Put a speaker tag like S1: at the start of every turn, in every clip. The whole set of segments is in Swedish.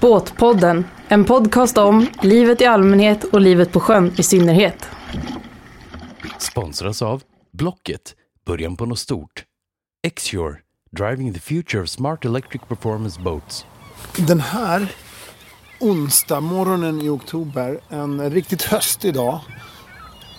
S1: Båtpodden, en podcast om livet i allmänhet och livet på sjön i synnerhet.
S2: Sponsras av Blocket, början på något stort. Xure, driving the future of smart electric performance boats.
S3: Den här onsdag morgonen i oktober, en riktigt höstig dag.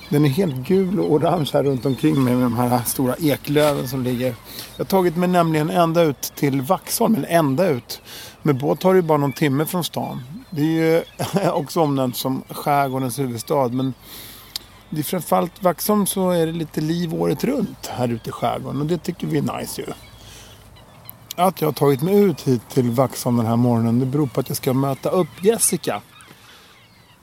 S3: Den är helt gul och orange här runt omkring mig med de här stora eklöven som ligger. Jag har tagit mig nämligen ända ut till Vaxholm, eller ända ut. Med båt tar det ju bara någon timme från stan. Det är ju också omnämnt som skärgårdens huvudstad men det är framförallt Vaxholm så är det lite liv året runt här ute i skärgården och det tycker vi är nice ju. Att jag har tagit mig ut hit till Vaxholm den här morgonen det beror på att jag ska möta upp Jessica.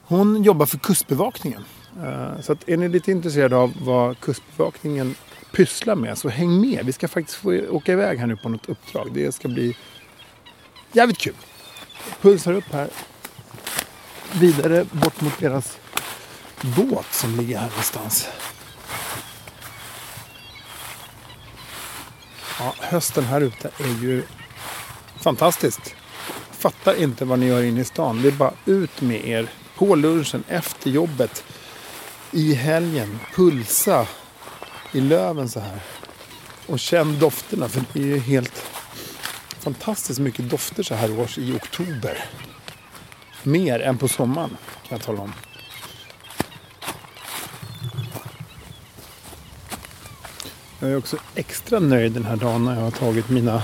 S3: Hon jobbar för Kustbevakningen. Eh, Så att är ni lite intresserade av vad Kustbevakningen pysslar med så häng med. Vi ska faktiskt få åka iväg här nu på något uppdrag. Det ska bli jävligt kul. Pulsar upp här. Vidare bort mot deras båt som ligger här någonstans. Ja, hösten här ute är ju fantastiskt. Fattar inte vad ni gör inne i stan. Det är bara ut med er. På lunchen, efter jobbet, i helgen. Pulsa i löven så här. Och känn dofterna för det är ju helt fantastiskt mycket dofter så här års i oktober. Mer än på sommaren kan jag tala om. Jag är också extra nöjd den här dagen när jag har tagit mina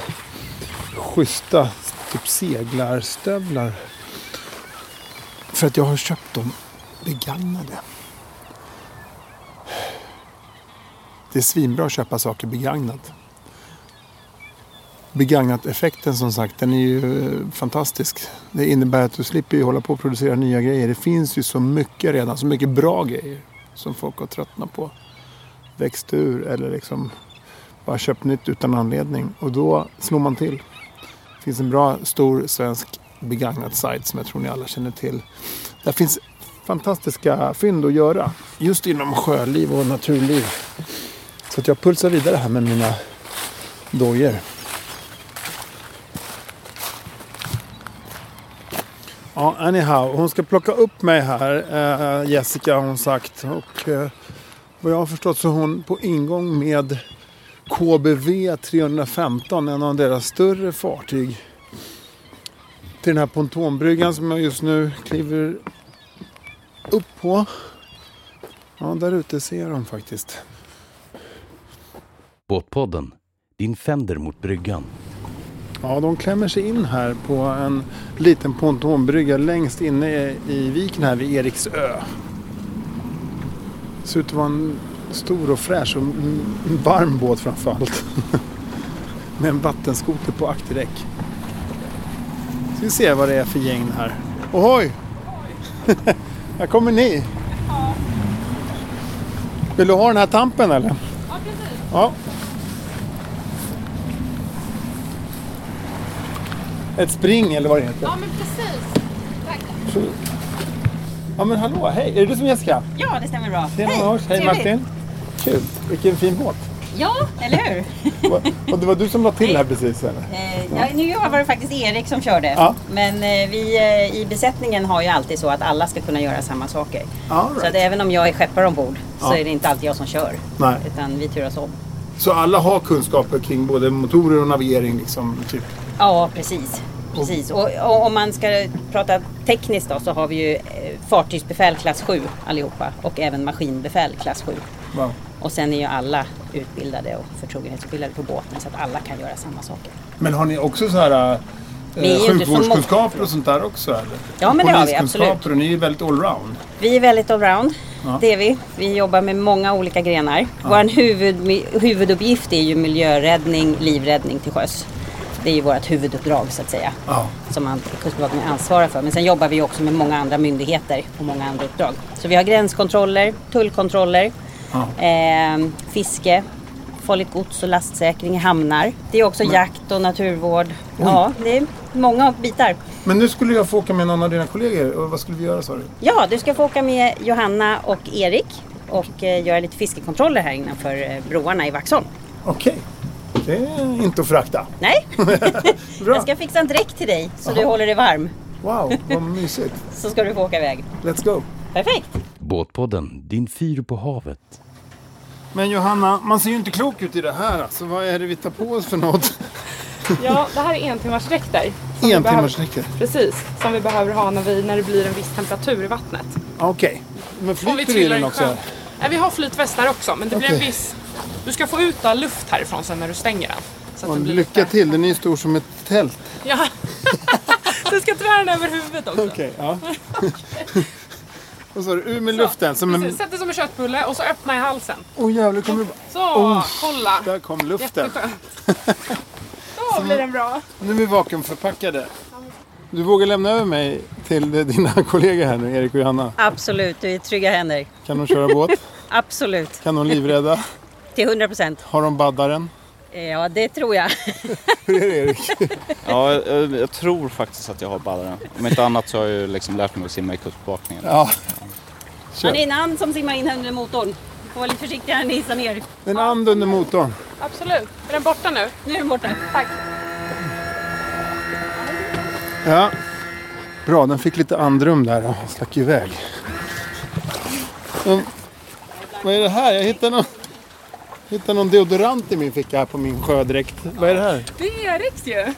S3: schyssta typ seglarstövlar. För att jag har köpt dem begagnade. Det är svinbra att köpa saker begagnat. Begagnat-effekten som sagt, den är ju eh, fantastisk. Det innebär att du slipper ju hålla på och producera nya grejer. Det finns ju så mycket redan, så mycket bra grejer som folk har tröttnat på växt ur eller liksom bara köpt nytt utan anledning. Och då slår man till. Det finns en bra stor svensk begagnad sajt som jag tror ni alla känner till. Där finns fantastiska fynd att göra. Just inom sjöliv och naturliv. Så att jag pulsar vidare här med mina dojor. Ja, anyhow. Hon ska plocka upp mig här, eh, Jessica har hon sagt. Och, eh, vad jag har förstått så är hon på ingång med KBV 315, en av deras större fartyg. Till den här pontonbryggan som jag just nu kliver upp på. Ja, där ute ser jag dem faktiskt.
S2: Båtpodden, din fender mot bryggan.
S3: Ja, de klämmer sig in här på en liten pontonbrygga längst inne i viken här vid Eriksö. Det ser ut att vara en stor och fräsch och m- varm båt framför allt. Med en vattenskoter på akterdäck. Ska vi se vad det är för gäng här. Ohoj! här kommer ni. Vill du ha den här tampen eller? Ja, precis. Ja, ett spring eller vad det heter.
S4: Ja, men precis. Tack.
S3: Ja men hallå, hej! Är det du som är Jessica?
S4: Ja, det stämmer bra.
S3: Tjena Lars, hej
S4: trevligt.
S3: Martin! Kul, vilken fin båt!
S4: Ja, eller hur?
S3: Va- Och det var du som la till här precis eller?
S4: Eh, ja, nu var det faktiskt Erik som körde.
S3: Ja.
S4: Men eh, vi eh, i besättningen har ju alltid så att alla ska kunna göra samma saker.
S3: All
S4: Så att även om jag är skeppare ombord så
S3: Ja.
S4: är det inte alltid jag som kör.
S3: Nej.
S4: Utan vi turas om.
S3: Så alla har kunskaper kring både motorer och navigering liksom? Typ.
S4: Ja, precis. Precis. Och, och om man ska prata tekniskt då, så har vi ju eh, fartygsbefäl klass 7 allihopa och även maskinbefäl klass 7.
S3: Wow.
S4: Och sen är ju alla utbildade och förtrogenhetsutbildade på båten så att alla kan göra samma saker.
S3: Men har ni också så här
S4: Vi är
S3: eh,
S4: ju inte så
S3: sjukvårdskunskaper och sånt där också? Eller?
S4: Ja, men det har vi,
S3: Poliskunskaper,
S4: absolut.
S3: och ni är väldigt allround.
S4: Vi är väldigt allround.
S3: Ja.
S4: Det är vi. Vi jobbar med många olika grenar. Vår huvud, huvuduppgift är ju miljöräddning, livräddning till sjöss. Det är ju vårt huvuduppdrag så att säga.
S3: Ja.
S4: Som an- Kustbevakningen ansvarar för. Men sen jobbar vi ju också med många andra myndigheter och många andra uppdrag. Så vi har gränskontroller, tullkontroller,
S3: Ja.
S4: eh, ehm, fiske, farligt gods och lastsäkring i hamnar. Det är också jakt och naturvård. Ja, det är många bitar.
S3: Men nu skulle jag få åka med någon av dina kollegor. Och vad skulle vi göra sa du?
S4: Ja, du ska få åka med Johanna och Erik och eh, göra lite fiskekontroller här innanför eh, broarna i Vaxholm.
S3: Okej. Det är inte att förakta.
S4: Nej,
S3: Bra.
S4: jag ska fixa en dräkt till dig så du håller dig varm.
S3: Wow, vad mysigt.
S4: Så ska du få åka iväg.
S3: Let's go.
S4: Perfekt!
S2: Båtpodden, din fyr på havet.
S3: Men Johanna, man ser ju inte klok ut i det här. Alltså, vad är det vi tar på oss för något?
S5: Ja, det här är en timmars dräkter. som vi
S3: En
S5: behöver-
S3: timmars nyckel.
S5: Precis, som vi behöver ha när, vi, när det blir en viss temperatur i vattnet.
S3: Okej. Men
S5: Om vi
S3: flyter i den
S5: i
S3: också?
S5: sjön. Nej, vi har flytvästar också, men det blir en
S3: Okej.
S5: viss... Du ska få ut all luft härifrån sen när du stänger den. Så att
S3: Och
S5: det blir
S3: lycka
S5: lite-
S3: till, den är ju stor som ett tält.
S5: Ja. du ska inte bära den över huvudet också.
S3: Okej, ja. Och så är det ur med
S5: Så,
S3: luften. Som en...
S5: precis. Sätt dig som en köttbulle och så öppna i halsen.
S3: Åh jävlar, kommer det...
S5: Så,
S3: Oh,
S5: kolla.
S3: Där kom luften.
S5: Jätteskönt. Då blir den bra.
S3: Nu är vi vakuumförpackade. Du vågar lämna över mig till eh, dina kollegor här nu, Erik och Johanna.
S4: Absolut, du är i trygga händer.
S3: Kan de köra båt?
S4: Absolut,
S3: Kan de livrädda?
S4: till 100 procent. Eh,
S3: Har de baddaren?
S4: Ja, det tror jag.
S3: Hur är det Erik?
S6: Ja, jag, jag tror faktiskt att jag har ballaren. Om inte annat så har jag ju liksom lärt mig att simma i kustbevakningen.
S3: Ja.
S4: Han är en and som simmar in under motorn. Du får vara lite försiktig när ni hissar ner.
S3: En and under motorn.
S5: Absolut. Är den borta nu?
S4: Nu är den borta.
S5: Tack.
S3: Ja. Bra, den fick lite andrum där och stack iväg. Men, vad är det här? Jag hittade någon, hittade någon deodorant i min ficka här på min sjödräkt. Vad är det här?
S5: Det är Eriks ju.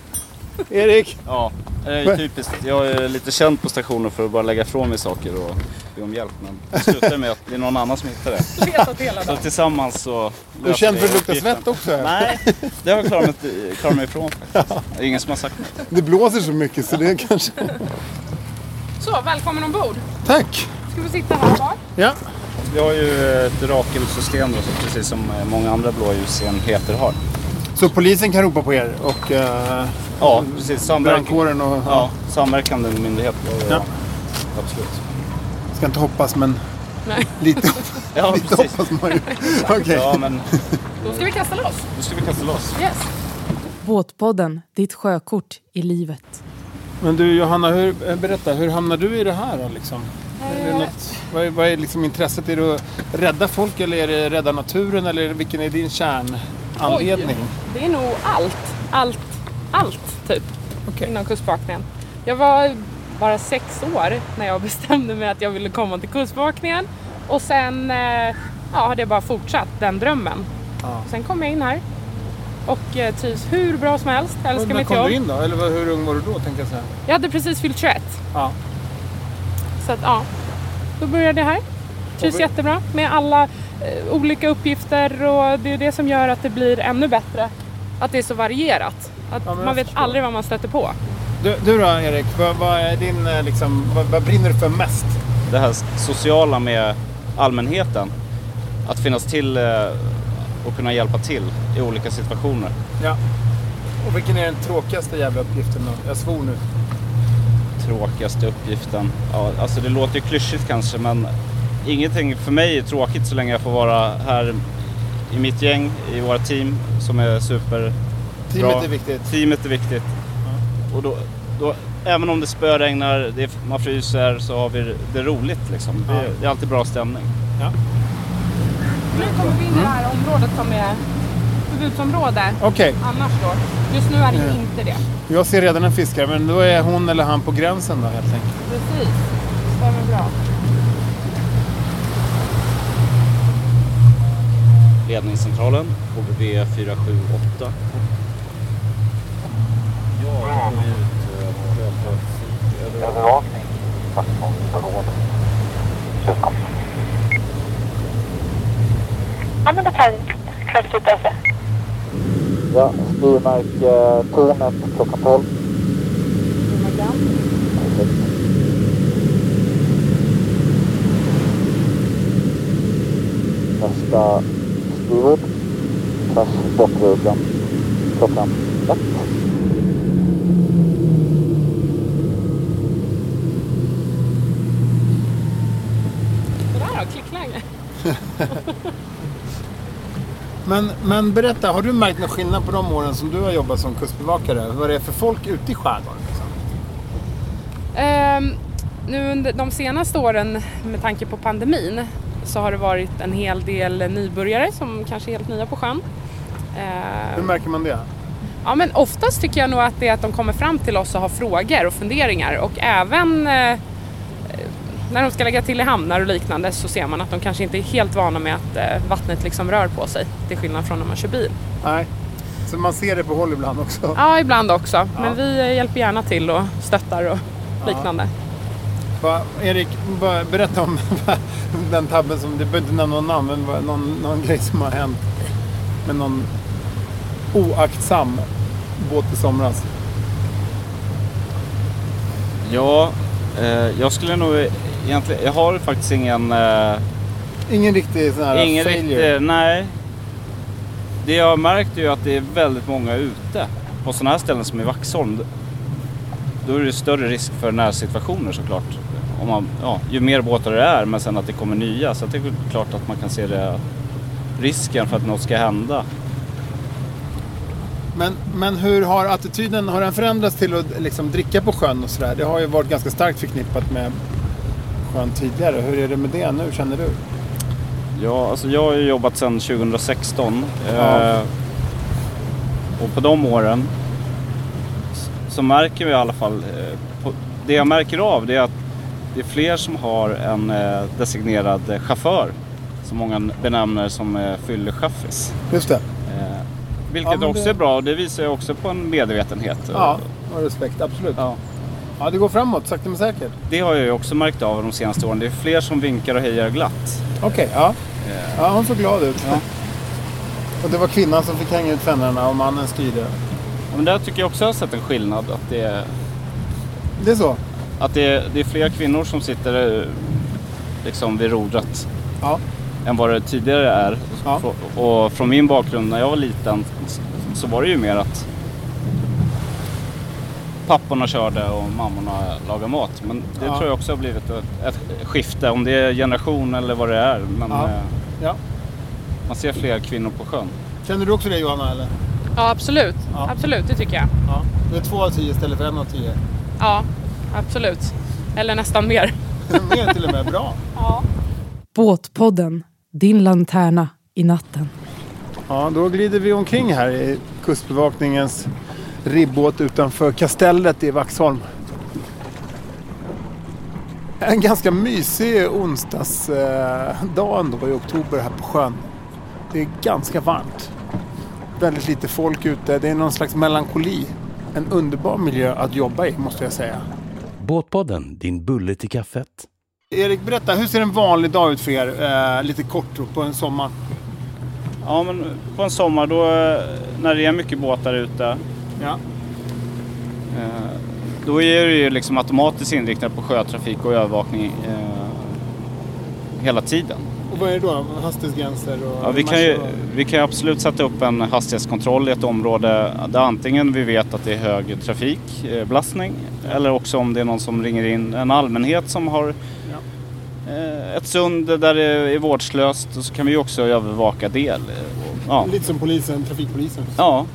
S3: Erik?
S6: Ja, det är ju typiskt. Jag är lite känd på stationen för att bara lägga ifrån mig saker och be om hjälp. Men det slutar med att det är någon annan som hittar det.
S5: Letat hela
S6: Så
S5: dagen.
S6: tillsammans så...
S3: Du är känd för att lukta svett också. här.
S6: Nej, det har jag klarat mig, klarat mig ifrån faktiskt. Det är ingen som har sagt något.
S3: Det blåser så mycket så det är kanske...
S5: Så, välkommen ombord.
S3: Tack!
S5: Ska vi sitta här bak?
S3: Ja.
S6: Vi har ju ett rakelsystem då, så precis som eh, många andra blåljusenheter har.
S3: Så polisen kan ropa på er och eh,
S6: Ja, precis. Samverkan.
S3: brandkåren och...
S6: Ja, samverkande myndighet.
S3: Ja.
S6: Absolut.
S3: Ska inte hoppas men... Lite,
S6: Ja,
S3: lite
S6: precis.
S3: hoppas man ju. Okej.
S6: Ja, men
S5: Då ska vi kasta loss.
S6: nu ska vi kasta loss.
S5: Yes.
S1: Båtpodden, ditt sjökort i livet.
S3: Men du Johanna, hur, eh, berätta, hur hamnar du i det här då, liksom? Är
S5: Eh.
S3: det något, vad, är, vad är liksom intresset? Är det att rädda folk eller är det rädda naturen? Eller vilken är din kärnanledning?
S5: Det är nog allt. Allt. Allt, typ.
S3: Okej.
S5: Inom Kustbevakningen. Jag var bara sex år när jag bestämde mig att jag ville komma till Kustbevakningen. Och sen eh, ja, hade jag bara fortsatt den drömmen.
S3: Ja.
S5: Sen kom jag in här. Och eh, trivs hur bra som helst. Jag
S3: Och
S5: älskar
S3: När
S5: mitt
S3: kom du
S5: jobb.
S3: in då? Eller vad- hur ung var du då? Tänkte jag säga.
S5: Jag hade precis fyllt 21.
S3: Ja.
S5: Så att, ja. Då började jag här. Trivs
S3: Och-
S5: jättebra med alla eh, olika uppgifter och det är det som gör att det blir ännu bättre. Att det är så varierat. Att
S3: men jag
S5: man vet
S3: förstår.
S5: aldrig vad man stöter på.
S3: Du, du då Erik, vad, vad, är din, eh, liksom, vad, vad brinner du för mest?
S6: Det här sociala med allmänheten. Att finnas till eh, och kunna hjälpa till i olika situationer.
S3: Ja. Och vilken är den tråkigaste jävla uppgiften då? Jag svor nu.
S6: Tråkigaste uppgiften. Ja, alltså det låter ju klyschigt kanske men ingenting för mig är tråkigt så länge jag får vara här i mitt gäng, i våra team som är super
S3: Teamet
S6: Bra.
S3: är viktigt.
S6: Teamet är viktigt. Och då, då, även om det spöregnar, det, är- man fryser, så har vi det roligt liksom. Det,
S3: Ja.
S6: det är alltid bra stämning.
S5: Nu kommer vi in i det
S3: Mm.
S5: här området som är förbudsområde
S3: Okej,
S5: annars då. Just nu är det ju inte det.
S3: jag ser redan en fiskare men då är hon eller han på gränsen då helt enkelt.
S5: Precis. Stämmer bra.
S6: Ledningscentralen, HVB 478.
S7: övervakning Stockholmsområdet. Stockholm. Använda kvällsutelse. Ja, Burmark, eh, tornet klockan 12. Nästa styrvård. Pass bakrutan. Klockan ett.
S5: Sådär då, klickläge.
S3: Men, men berätta, har du märkt någon skillnad på de åren som du har jobbat som kustbevakare? Vad det är för folk ute i skärgården? Liksom?
S5: Ehm, nu under de senaste åren med tanke på pandemin så har det varit en hel del nybörjare som kanske är helt nya på sjön. Ehm,
S3: Hur märker man det?
S5: Ja, men oftast tycker jag nog att det är att de kommer fram till oss och har frågor och funderingar och även eh, när de ska lägga till i hamnar och liknande så ser man att de kanske inte är helt vana med att eh, vattnet liksom rör på sig till skillnad från när man kör bil.
S3: Nej. Så man ser det på håll ibland också?
S5: Ja, ibland också, men vi eh, hjälper gärna till och stöttar och liknande.
S3: Va, Erik, va, berätta om den tabben som, du behöver inte nämna någon namn, men vad- någon, någon grej som har hänt med någon oaktsam båt i somras.
S6: Ja, eh, jag skulle nog egentligen... Jag har faktiskt ingen... Eh,
S3: Ingen riktig sån här
S6: ingen
S3: failure.
S6: riktig... Nej. Det jag har märkt är ju att det är väldigt många ute. På sådana här ställen som i Vaxholm, då är det större risk för närsituationer såklart. Om man, ja, ju mer båtar det är, men sen att det kommer nya. Så det är väl klart att man kan se det, risken för att något ska hända.
S3: Men, men hur har attityden, har den förändrats till att liksom dricka på sjön och sådär? Det har ju varit ganska starkt förknippat med sjön tidigare. Hur är det med det nu, känner du?
S6: Ja, alltså jag har ju jobbat sedan 2016.
S3: Ja.
S6: Eh, och på de åren s- så märker vi i alla fall, eh, på, det jag märker av det är att det är fler som har en eh, designerad eh, chaufför som många n- benämner som eh, fyllechaffis.
S3: Just det.
S6: Eh,
S3: Ja,
S6: vilket
S3: men
S6: också
S3: det-
S6: är bra och det visar ju också på en medvetenhet.
S3: Ja, och respekt. Absolut.
S6: Ja.
S3: Ja, det går framåt, sakta men säkert.
S6: Det har jag ju också märkt av de senaste åren. Det är fler som vinkar och hejar glatt.
S3: Okej, ja. Ja, hon såg glad ut. Och det var kvinnan som fick hänga ut fendrarna och mannen styrde.
S6: Men där tycker jag också jag har sett en skillnad. Att det är,
S3: Det är så?
S6: Att det är, det är fler kvinnor som sitter eh, liksom vid rodret
S3: Ja.
S6: än vad det tidigare är.
S3: Ja.
S6: Frå- Och från min bakgrund när jag var liten s- så var det ju mer att papporna körde och mammorna lagade mat. Men det
S3: Ja.
S6: tror jag också har blivit ett, ett skifte, om det är generation eller vad det är. Men
S3: Ja.
S6: eh,
S3: ja.
S6: man ser fler kvinnor på sjön.
S3: Känner du också det Johanna, eller?
S5: Ja, absolut.
S3: Ja.
S5: Absolut, det tycker jag.
S3: Ja. Det är två av tio istället för en av tio.
S5: Ja, absolut. Eller nästan mer.
S3: Mer till och med. Bra.
S1: Båtpodden, din lanterna i natten.
S3: Ja, då glider vi omkring här i Kustbevakningens ribbåt utanför kastellet i Vaxholm. En ganska mysig onsdagsdag ändå i oktober här på sjön. Det är ganska varmt. Väldigt lite folk ute. Det är någon slags melankoli. En underbar miljö att jobba i måste jag säga.
S2: Båtpodden, din bulle till kaffet.
S3: Erik, berätta. Hur ser en vanlig dag ut för er? Eh, lite kort då, på en sommar.
S6: Ja, men på en sommar då, eh, när det är mycket båtar ute,
S3: Ja.
S6: Eh, Då är det ju liksom automatiskt inriktat på sjötrafik och övervakning eh, hela tiden.
S3: Och vad är det då? Hastighetsgränser och...
S6: Ja, vi, kan ju, vi kan ju absolut sätta upp en hastighetskontroll i ett område där antingen vi vet att det är hög trafikbelastning eller också om det är någon som ringer in, en allmänhet som har eh, ett sund där det är vårdslöst och så kan vi ju också övervaka det. Eh, och- Ja.
S3: Lite som polisen, trafikpolisen.
S6: ja.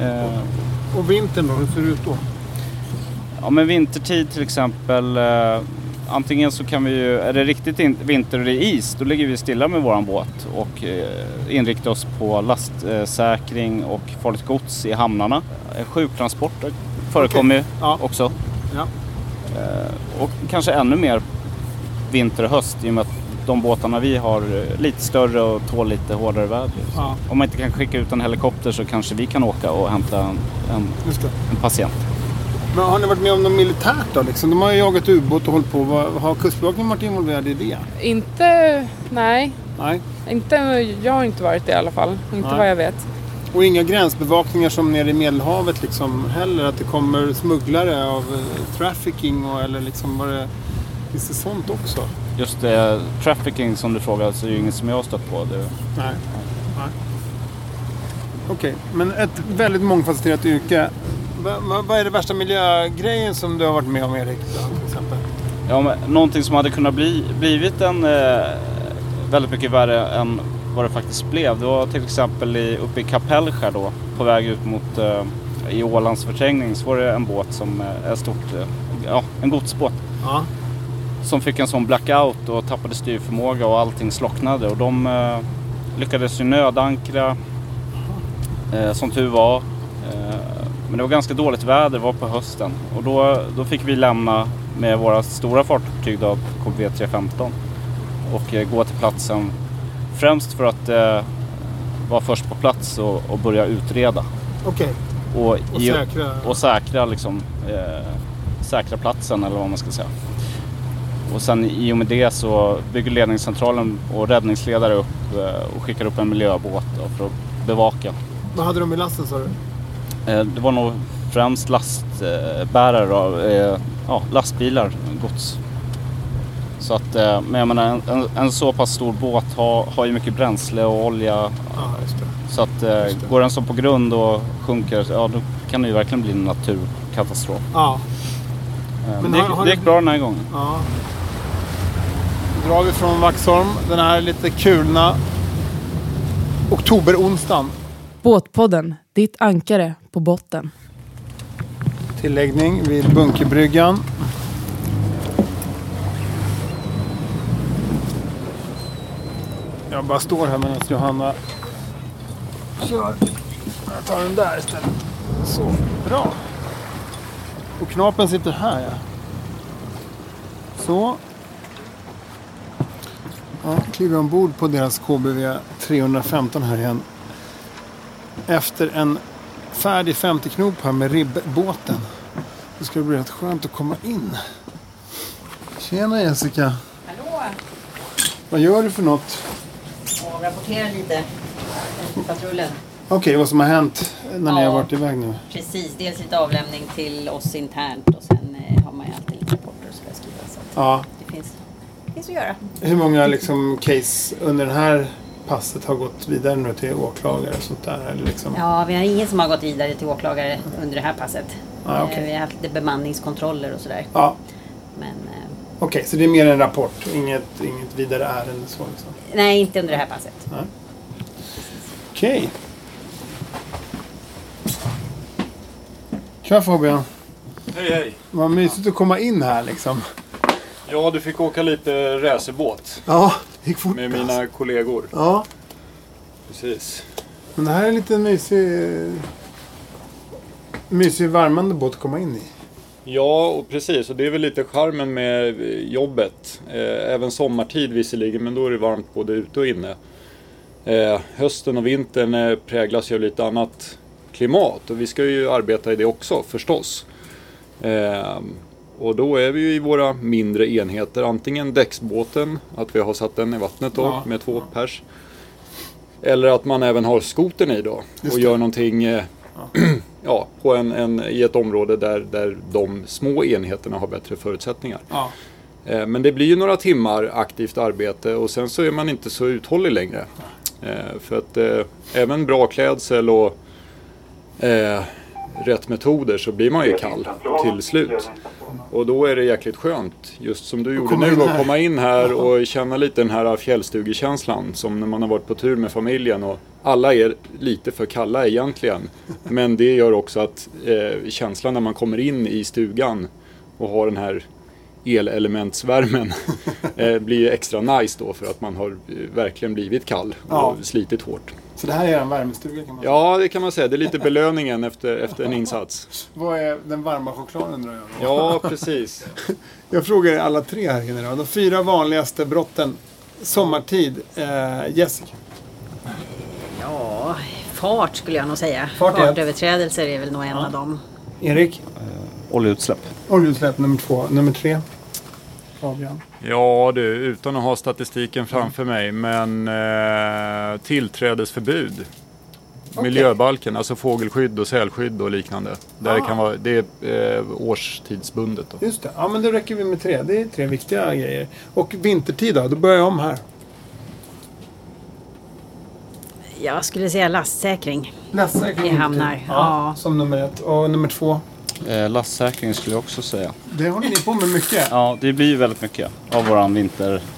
S6: Eh,
S3: Och vintern då, hur ser det ut då?
S6: Ja men vintertid till exempel. Eh, antingen så kan vi ju, är det riktigt in, vinter och det är is, då ligger vi stilla med våran båt och eh, inriktar oss på lastsäkring och farligt gods i hamnarna. Eh, Sjuktransporter förekommer ju
S3: Ja.
S6: också.
S3: Ja.
S6: Och kanske ännu mer vinter och höst i och med att de båtarna vi har eh, lite större och tål lite hårdare väder.
S3: Ja.
S6: Om man inte kan skicka ut en helikopter så kanske vi kan åka och hämta en, en,
S3: Just det.
S6: en patient.
S3: Men har ni varit med om något militärt då? Liksom? De har ju jagat ubåt och hållit på. Vad- Har Kustbevakningen varit involverad i det?
S5: Inte, nej.
S3: Nej.
S5: Inte, jag har inte varit det i alla fall. Inte
S3: Nej.
S5: vad jag vet.
S3: Och inga gränsbevakningar som nere i Medelhavet liksom heller? Att det kommer smugglare av eh, trafficking och, eller liksom var det... Finns det sånt också?
S6: Just eh, trafficking som du frågade så är ju inget som jag har stött på. Det,
S3: Nej. Nej. Okej, men ett väldigt mångfacetterat yrke. Va, va, vad är det värsta miljögrejen som du har varit med om Erik? då, Till exempel?
S6: ja, men, någonting som hade kunnat bli, blivit en eh, väldigt mycket värre än vad det faktiskt blev. Det var till exempel i, uppe i Kapellskär då på väg ut mot eh, i Ålands förträngning så var det en båt som eh, är stort, eh, ja en godsbåt
S3: Ja.
S6: som fick en sån blackout och tappade styrförmåga och allting slocknade och de eh, lyckades ju nödankra eh, som tur var. Eh, men det var ganska dåligt väder, det var på hösten och då, då fick vi lämna med våra stora fartyg då, KBV 315 och eh, gå till platsen främst för att eh, vara först på plats och, och börja utreda
S3: Okej,
S6: och,
S3: och
S6: ge-
S3: säkra.
S6: och säkra, liksom, eh, säkra platsen eller vad man ska säga. Och sen i och med det så bygger ledningscentralen och räddningsledare upp eh, och skickar upp en miljöbåt då, för att bevaka.
S3: Vad hade de i lasten sa du?
S6: Eh, det var nog främst lastbärare av eh, ja, lastbilar, gods. Så att, eh, men jag menar, en, en, en så pass stor båt har, har ju mycket bränsle och olja
S3: Ja, just det.
S6: så att eh,
S3: Just det.
S6: går den så på grund och sjunker, ja då kan det ju verkligen bli en naturkatastrof.
S3: Ja.
S6: Eh,
S3: Men
S6: Men det,
S3: har-
S6: gick,
S3: har
S6: det
S3: du-
S6: gick bra den här gången.
S3: ja. Nu drar vi från Vaxholm den här lite kulna oktoberonsdagen.
S1: Båtpodden, ditt ankare på botten.
S3: Tilläggning vid Bunkerbryggan. Jag bara står här medan Johanna kör. Jag tar den där istället. Så, bra. Och knapen sitter här ja. Så. Ja, kliver ombord på deras KBV 315 här igen. Efter en färd i 50 knop här med ribbåten. Det ska bli rätt skönt att komma in. Tjena Jessica.
S4: Hallå!
S3: Vad gör du för något?
S4: Och rapportera lite. efter Patrullen.
S3: Okej, vad som har hänt när ni
S4: Ja.
S3: har varit iväg nu.
S4: Precis, dels lite avlämning till oss internt och sen eh, har man ju alltid lite rapporter som ska skrivas. Så att
S3: Ja.
S4: det finns, det finns att göra.
S3: Hur många liksom, case under det här passet har gått vidare nu till åklagare och sånt där? Eller liksom?
S4: Ja, vi har ingen som har gått vidare till åklagare under det här passet.
S3: Ja, Ah, okej.
S4: Eh, Vi har haft lite bemanningskontroller och sådär.
S3: Ja,
S4: Men eh,
S3: Okej, så det är mer en rapport, inget, inget vidare ärende så liksom.
S4: nej, inte under det här passet.
S3: Nej. Okej. Tja Fabian.
S8: Hej hej!
S3: Vad mysigt att komma in här liksom.
S8: Ja, du fick åka lite racerbåt
S3: Ja, det gick fort
S8: med
S3: alltså.
S8: mina kollegor.
S3: Ja,
S8: Precis.
S3: men det här är en liten mysig... Mysig värmande båt att komma in i.
S8: Ja, och precis. Och det är väl lite charmen med eh, jobbet. Eh, Även sommartid visserligen, men då är det varmt både ute och inne. Eh, Hösten och vintern eh, präglas ju av lite annat klimat och vi ska ju arbeta i det också förstås. Eh, Och då är vi ju i våra mindre enheter, antingen däcksbåten, att vi har satt den i vattnet då
S3: Ja,
S8: med två pers. Eller att man även har skoten i då och gör någonting eh, ja, på en, en, i ett område där, där de små enheterna har bättre förutsättningar.
S3: Ja.
S8: Eh, Men det blir ju några timmar aktivt arbete och sen så är man inte så uthållig längre. Eh, För att eh, även bra klädsel och eh, rätt metoder så blir man ju kall till slut. Och då är det jäkligt skönt, just som du gjorde
S3: komma in
S8: nu,
S3: här.
S8: att komma in här och känna lite den här fjällstugekänslan som när man har varit på tur med familjen och alla är lite för kalla egentligen. Men det gör också att eh, känslan när man kommer in i stugan och har den här elelementsvärmen eh, blir ju extra nice då för att man har eh, verkligen blivit kall och
S3: Ja.
S8: slitit hårt.
S3: Så det här är en värmestuga kan man säga.
S8: Ja, det kan man säga. Det är lite belöningen efter, efter en insats.
S3: Vad är den varma chokladen undrar jag då?
S8: Ja, precis.
S3: Jag frågar er alla tre här inne då. De fyra vanligaste brotten sommartid. Eh, Jessica.
S4: Ja, fart skulle jag nog säga.
S3: Fart är ett.
S4: Fartöverträdelser är väl nog en av dem.
S3: Erik.
S6: Oljeutsläpp.
S3: Oljeutsläpp nummer två. Nummer tre. Fabian.
S8: Ja du, utan att ha statistiken framför mig, men eh, tillträdesförbud. Miljöbalken, alltså fågelskydd och sälskydd och liknande. Där det, kan vara, det är eh, årstidsbundet. Då.
S3: Just det. Ja men då räcker vi med tre. Det är tre viktiga grejer. Och vintertid då? Då börjar jag om här.
S4: Jag skulle säga lastsäkring.
S3: Nästa är
S4: I hamnar, ja.
S3: Som nummer ett. Och nummer två.
S6: Eh, lastsäkring skulle jag också säga.
S3: Det håller ni på med mycket.
S6: Ja, det blir ju väldigt mycket av våran vintertid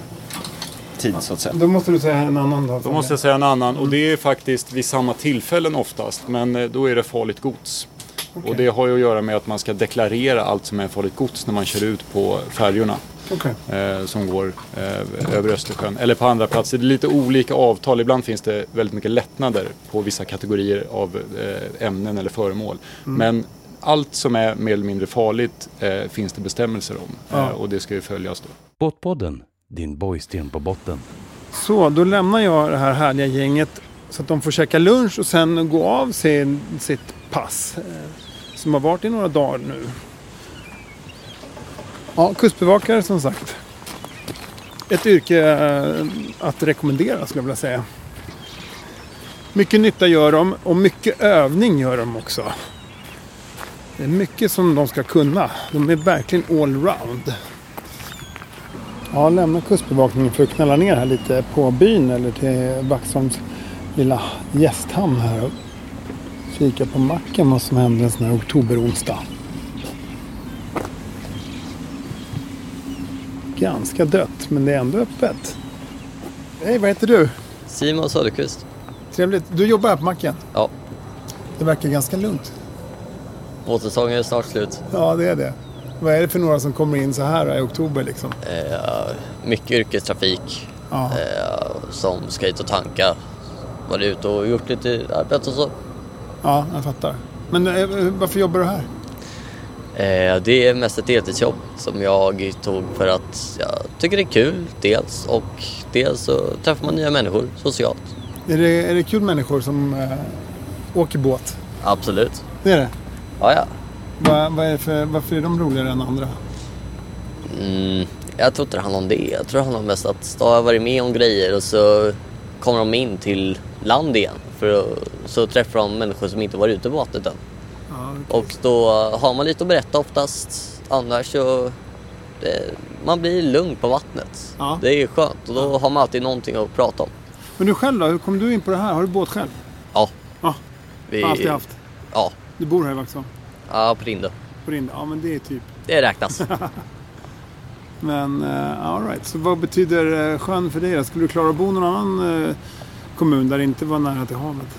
S6: tid så att säga.
S3: Då måste du säga en annan då.
S8: Då måste jag säga en annan och det är faktiskt vid samma tillfällen oftast men eh, då är det farligt gods. Och det har ju att göra med att man ska deklarera allt som är farligt gods när man kör ut på färjorna
S3: Okej.
S8: eh, som går eh, över Östersjön. Eller på andra platser. Det är lite olika avtal. Ibland finns det väldigt mycket lättnader på vissa kategorier av eh, ämnen eller föremål. Men allt som är mer eller mindre farligt eh, finns det bestämmelser om. Eh, och det ska ju följas då.
S2: Båtpodden, din borgsten på botten.
S3: Så, då lämnar jag det här härliga gänget så att de får käka lunch och sen gå av sin, sitt pass. eh, Som har varit i några dagar nu. Ja, kustbevakare som sagt. Ett yrke eh, att rekommendera skulle jag vilja säga. Mycket nytta gör de och mycket övning gör de också. Det är mycket som de ska kunna. De är verkligen allround. Ja, lämna kustbevakningen för att knalla ner här lite på byn eller till Vaxholms lilla gästhamn här och kika på macken vad som hände en sån här oktoberonsdag. Ganska dött, men det är ändå öppet. Hej, vad heter du?
S9: Simon Söderqvist.
S3: Trevligt. Du jobbar här på macken.
S9: Ja,
S3: Det verkar ganska lugnt.
S9: vårsäsongen är snart slut.
S3: Ja, det är det. Vad är det för några som kommer in så här i oktober liksom?
S9: Eh, mycket yrkestrafik
S3: Ja.
S9: eh, som ska hit och tanka. Varit ute och gjort lite arbete och så.
S3: Ja, jag fattar. Men eh, varför jobbar du här?
S9: Eh, det är mest ett deltidsjobb som jag tog för att jag tycker det är kul dels och dels så träffar man nya människor socialt.
S3: Är det, är det kul människor som eh, åker båt?
S9: Absolut.
S3: Det är det.
S9: Ja, ja.
S3: Va, vad är det för, varför är de roligare än andra?
S9: Mm, jag tror inte det handlar om det. Jag tror det handlar mest att då har jag varit med om grejer och så kommer de in till land igen. För att- så träffar de människor som inte varit ute på vattnet än. Och då har man lite att berätta oftast. Annars så... Det, man blir lugn på vattnet.
S3: Ja.
S9: Det är skönt och då har man alltid någonting att prata om.
S3: Men du själv då? Hur kom du in på det här? Har du båt själv?
S9: Ja.
S3: Ja,
S9: Vi,
S3: har alltid haft.
S9: Ja,
S3: Du bor här i Vaxholm?
S9: ja på Rinde.
S3: På Rinde? Ja, men det är typ.
S9: Det räknas.
S3: Men uh, alright, så vad betyder eh, sjön för dig då? Skulle du klara att bo i någon annan eh, kommun där det inte var nära till havet?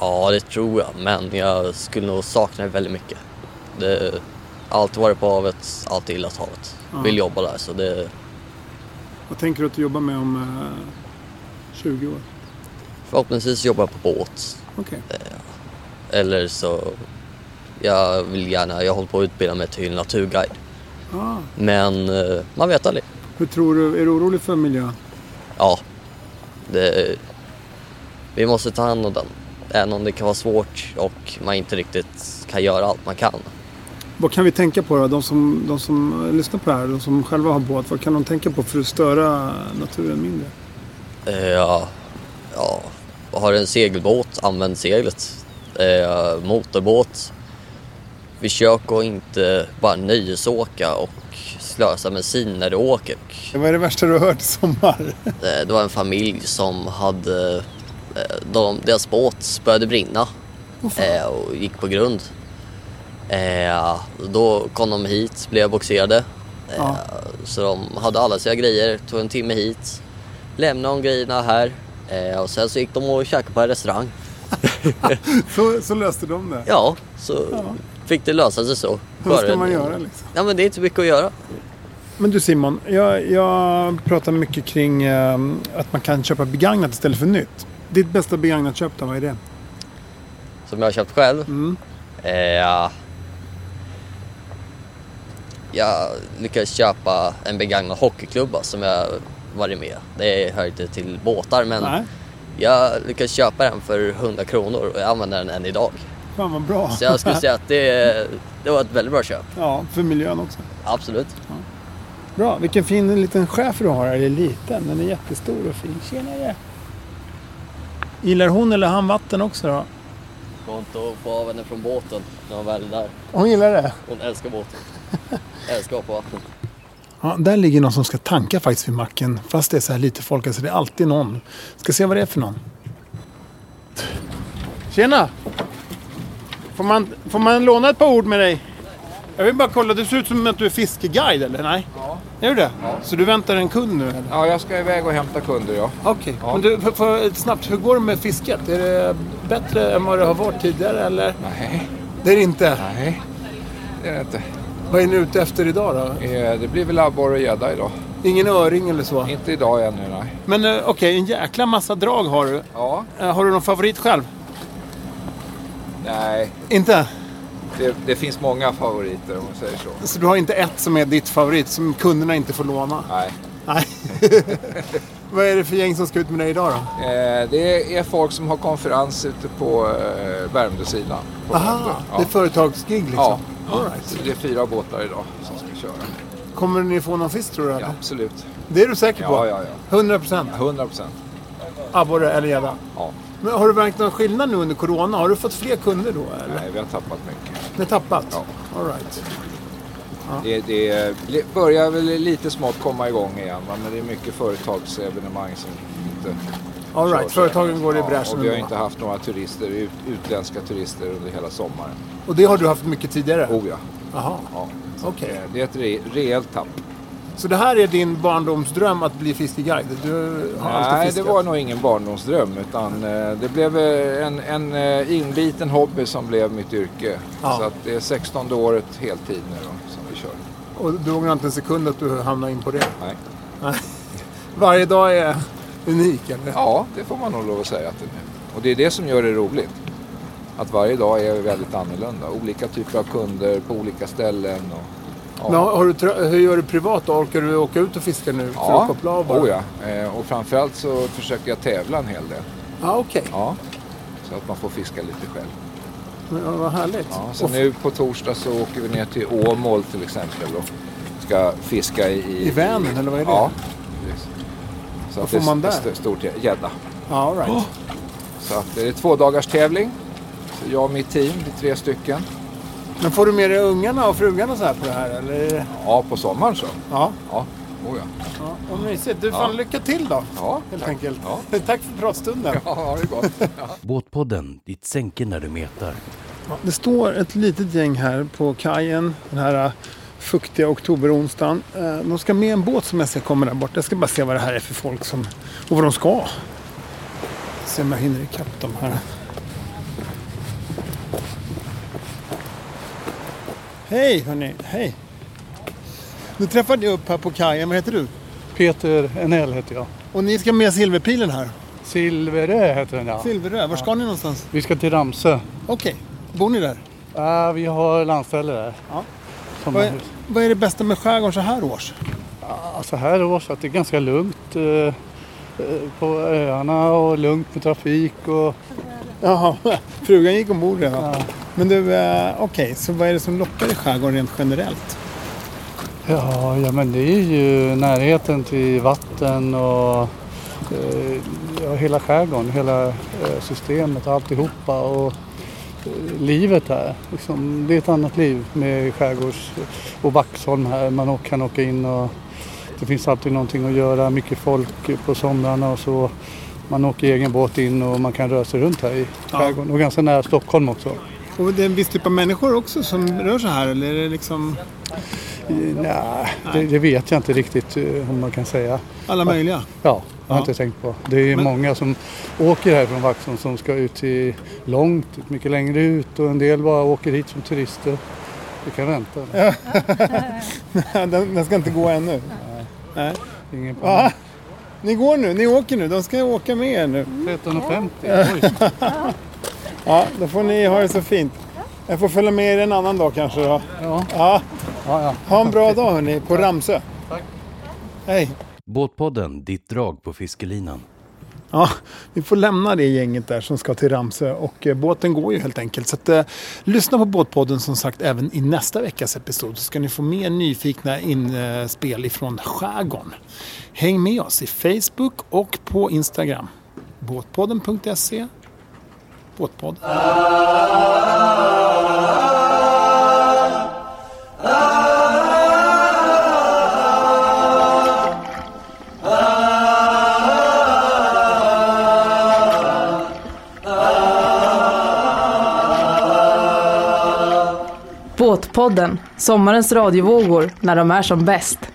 S9: Ja, det tror jag. Men jag skulle nog sakna det väldigt mycket. Det, alltid varit på havet, alltid gillat havet. Vill jobba där så det...
S3: Vad tänker du att du jobbar med om eh, 20 år?
S9: Förhoppningsvis jobba på båt.
S3: Okej.
S9: Eller så... Jag vill gärna... Jag håller på att utbilda mig till naturguide.
S3: Ah,
S9: Men eh, man vet aldrig.
S3: hur tror du? Är du orolig för miljön?
S9: Ja. Det, vi måste ta hand om den. Även om det kan vara svårt och man inte riktigt kan göra allt man kan.
S3: Vad kan vi tänka på då? De som, de som eh, lyssnar på det här, de som själva har båt, vad kan de tänka på för att störa naturen mindre?
S9: Eh, Ja, ja. Har du en segelbåt, använd seglet. Eh, motorbåt. Försök att inte bara nöjesåka och slösa bensin när du åker.
S3: Vad är det värsta du har hört i sommar?
S9: Eh, Det var en familj som hade... eh, De, deras båt började brinna eh, och gick på grund. Eh, Då kom de hit, blev boxerade. Eh,
S3: Ja.
S9: Så de hade alla sina grejer, tog en timme hit, lämnade de grejerna här eh, och sen så gick de och käkade på en restaurang.
S3: Så, så löste de det.
S9: Ja, så fick det lösa sig så.
S3: Vad ska
S9: Bara-
S3: man göra liksom?
S9: Ja, men det är inte mycket att göra.
S3: Men du Simon, jag, jag pratar mycket kring eh, att man kan köpa begagnat istället för nytt. Ditt bästa begagnat köp då, vad är det?
S9: som jag har köpt själv. Eh, jag lyckades köpa en begagnad hockeyklubba som jag varit med. Det hör inte till båtar men
S3: Nej,
S9: jag lyckades köpa den för 100 kronor och jag använder den än idag.
S3: fan vad bra.
S9: Så jag skulle säga att det, det var ett väldigt bra köp.
S3: Ja, för miljön också.
S9: Absolut.
S3: Bra, vilken fin liten chef du har här. Eller liten, den är jättestor och fin. Tjenare! Gillar hon eller han vatten också då?
S9: Skönt att få av henne från båten när hon väl är där.
S3: Hon gillar det.
S9: Hon älskar båten. älskar att vara på vattnet.
S3: Ja, där ligger någon som ska tanka faktiskt vid macken. Fast det är så här lite folk, alltså det är alltid någon. Ska se vad det är för någon. Tjena! Får man, får man låna ett par ord med dig? Jag vill bara kolla, det ser ut som att du är fiskeguide eller? Nej? Ja. Gör du det? Så du väntar en kund nu? eller?
S8: Ja, jag ska iväg och hämta kunder ja.
S3: Okej,
S8: Ja.
S3: men du, för, för, snabbt, hur går det med fisket? Är det bättre än vad det har varit tidigare eller?
S8: Nej,
S3: Det är det inte.
S8: nej. Det är det inte.
S3: Vad är ni ute efter idag då?
S8: Eh, Det blir väl abborre och gädda idag.
S3: Ingen öring eller så?
S8: Inte idag ännu nej.
S3: Men eh, okej, en jäkla massa drag har du.
S8: Ja,
S3: Eh, Har du någon favorit själv?
S8: nej.
S3: Inte?
S8: Det, det finns många favoriter om man säger så.
S3: Så du har inte ett som är ditt favorit som kunderna inte får låna?
S8: Nej.
S3: Nej. Vad är det för gäng som ska ut med dig idag då?
S8: Eh, Det är folk som har konferens ute på eh, Värmdösidan. På
S3: Aha,
S8: Värmdö. ja.
S3: det är företagsgig liksom?
S8: Ja.
S3: All right.
S8: Så det är fyra båtar idag som ska köra.
S3: Kommer ni få någon fisk tror du?
S8: Ja,
S3: eller?
S8: absolut.
S3: Det är du säker på?
S8: Ja, ja,
S3: 100 procent?
S8: ja. 100 procent.
S3: Abborre eller gädda?
S8: Ja.
S3: Men har du märkt någon skillnad nu under corona? Har du fått fler kunder då? Eller?
S8: Nej, vi har tappat mycket.
S3: Ni har tappat?
S8: Ja.
S3: All right.
S8: Det, det bli- börjar väl lite smått komma igång igen, va, men det är mycket företagsevenemang som inte
S3: All right.
S8: körs.
S3: Företagen går i
S8: Ja,
S3: bräschen
S8: Och vi har
S3: ändå.
S8: inte haft några turister, ut, utländska turister under hela sommaren.
S3: Och det har du haft mycket tidigare?
S8: Oh ja.
S3: Jaha,
S8: ja.
S3: okej.
S8: Eh, Det är ett re, rejält tapp.
S3: Så det här är din barndomsdröm att bli fiskeguide? Du har alltid
S8: Nej, det
S3: fiskat?
S8: var nog ingen barndomsdröm utan eh, det blev eh, en, en eh, inbiten hobby som blev mitt yrke.
S3: Ja.
S8: Så att det är 16 året heltid nu då, som vi kör.
S3: Och du ångrar inte en sekund att du hamnade in på det?
S8: Nej.
S3: Nej. Varje dag är unik, eller?
S8: Ja, det får man nog lov att säga att det är. Och det är det som gör det roligt. Att varje dag är väldigt annorlunda. Olika typer av kunder på olika ställen. Och,
S3: Men har har du, trö- hur gör du privat då? Orkar du åka ut och fiska nu för att koppla av bara?
S8: oh ja. Eh, Och framförallt så försöker jag tävla en hel del.
S3: Ah, Okej,
S8: Ja. Så att man får fiska lite själv.
S3: Men, ja, vad härligt.
S8: Ja, så
S3: Och f-
S8: nu på torsdag så åker vi ner till Åmål till exempel och ska fiska i...
S3: I Vänern, eller vad är det?
S8: Ja, precis. Så
S3: Vad
S8: att
S3: får
S8: det är
S3: man där?
S8: st- Stort jä- gädda.
S3: Ja, all right.
S8: Så att det är två dagars tävling. Så jag och mitt team, vi är tre stycken.
S3: Men får du med dig ungarna och frugan och så här på det här eller?
S8: Ja, på sommaren så.
S3: Ja.
S8: Ja, oh, ja.
S3: ja. Vad mysigt. Du, fan lycka till då.
S8: Ja,
S3: Helt
S8: tack.
S3: enkelt.
S8: Ja.
S3: Tack för pratstunden.
S8: ja ha det gott.
S2: Båtpodden, ditt sänke när du metar.
S3: Det står ett litet gäng här på kajen den här eh, fuktiga oktoberonsdagen. Eh, De ska med en båt som jag ser kommer där borta. Jag ska bara se vad det här är för folk som, och vad de ska. Se om jag hinner ikapp dem här. Hej hörni, hej. Nu träffade jag upp här på kajen, vad heter du?
S6: Peter Enell heter jag.
S3: Och ni ska med Silverpilen här.
S6: Silverö heter den ja.
S3: Silverö, var ska ni någonstans?
S6: Vi ska till Ramsö.
S3: Okej, bor ni där?
S6: Äh, vi har landställe där.
S3: Ja. Vad är,
S6: Sommarhus.
S3: vad är det bästa med skärgården så här års?
S6: Ja, Så alltså här års att det är ganska lugnt eh, eh, på öarna och lugnt med trafik. Och,
S3: Jaha, frugan gick ombord redan. Men du, eh, okej, så vad är det som lockar i skärgården rent generellt?
S6: ja, ja, men det är ju närheten till vatten och eh, ja, hela skärgården, hela eh, systemet, alltihopa. Och, eh, livet här. Liksom, det är ett annat liv med skärgårds och Vaxholm här. Man kan åka in och det finns alltid någonting att göra. Mycket folk på somrarna och så. Man åker egen båt in och man kan röra sig runt här i skärgården. Och ganska nära Stockholm också.
S3: Och det är en viss typ av människor också som rör sig här eller är det liksom
S6: Nej, det, det vet jag inte riktigt eh, om man kan säga.
S3: alla möjliga?
S6: Ja, jag
S3: Ja.
S6: har inte tänkt på. Det är ju många som åker här från Vaxholm som ska ut till långt, mycket längre ut och en del bara åker hit som turister. Vi kan vänta.
S3: den, den ska inte gå ännu.
S6: Ingen
S3: Ja. Ni går nu, ni åker nu, de ska åka med er nu.
S6: 13.50, oj.
S3: Ja, då får ni ha det så fint. Jag får följa med er en annan dag kanske då.
S6: Ja.
S3: Ja,
S6: Ja, ja.
S3: ha en bra dag hörni, på Ramsö.
S6: Tack.
S3: Hej.
S2: Båtpodden, ditt drag på fiskelinan.
S3: Ja, vi får lämna det gänget där som ska till Ramsö och eh, båten går ju helt enkelt. Så att, eh, lyssna på Båtpodden som sagt även i nästa veckas episod så ska ni få mer nyfikna inspel ifrån skärgården. Häng med oss i Facebook och på Instagram. Båtpodden.se Båtpodden.
S1: Båtpodden, sommarens radiovågor när de är som bäst.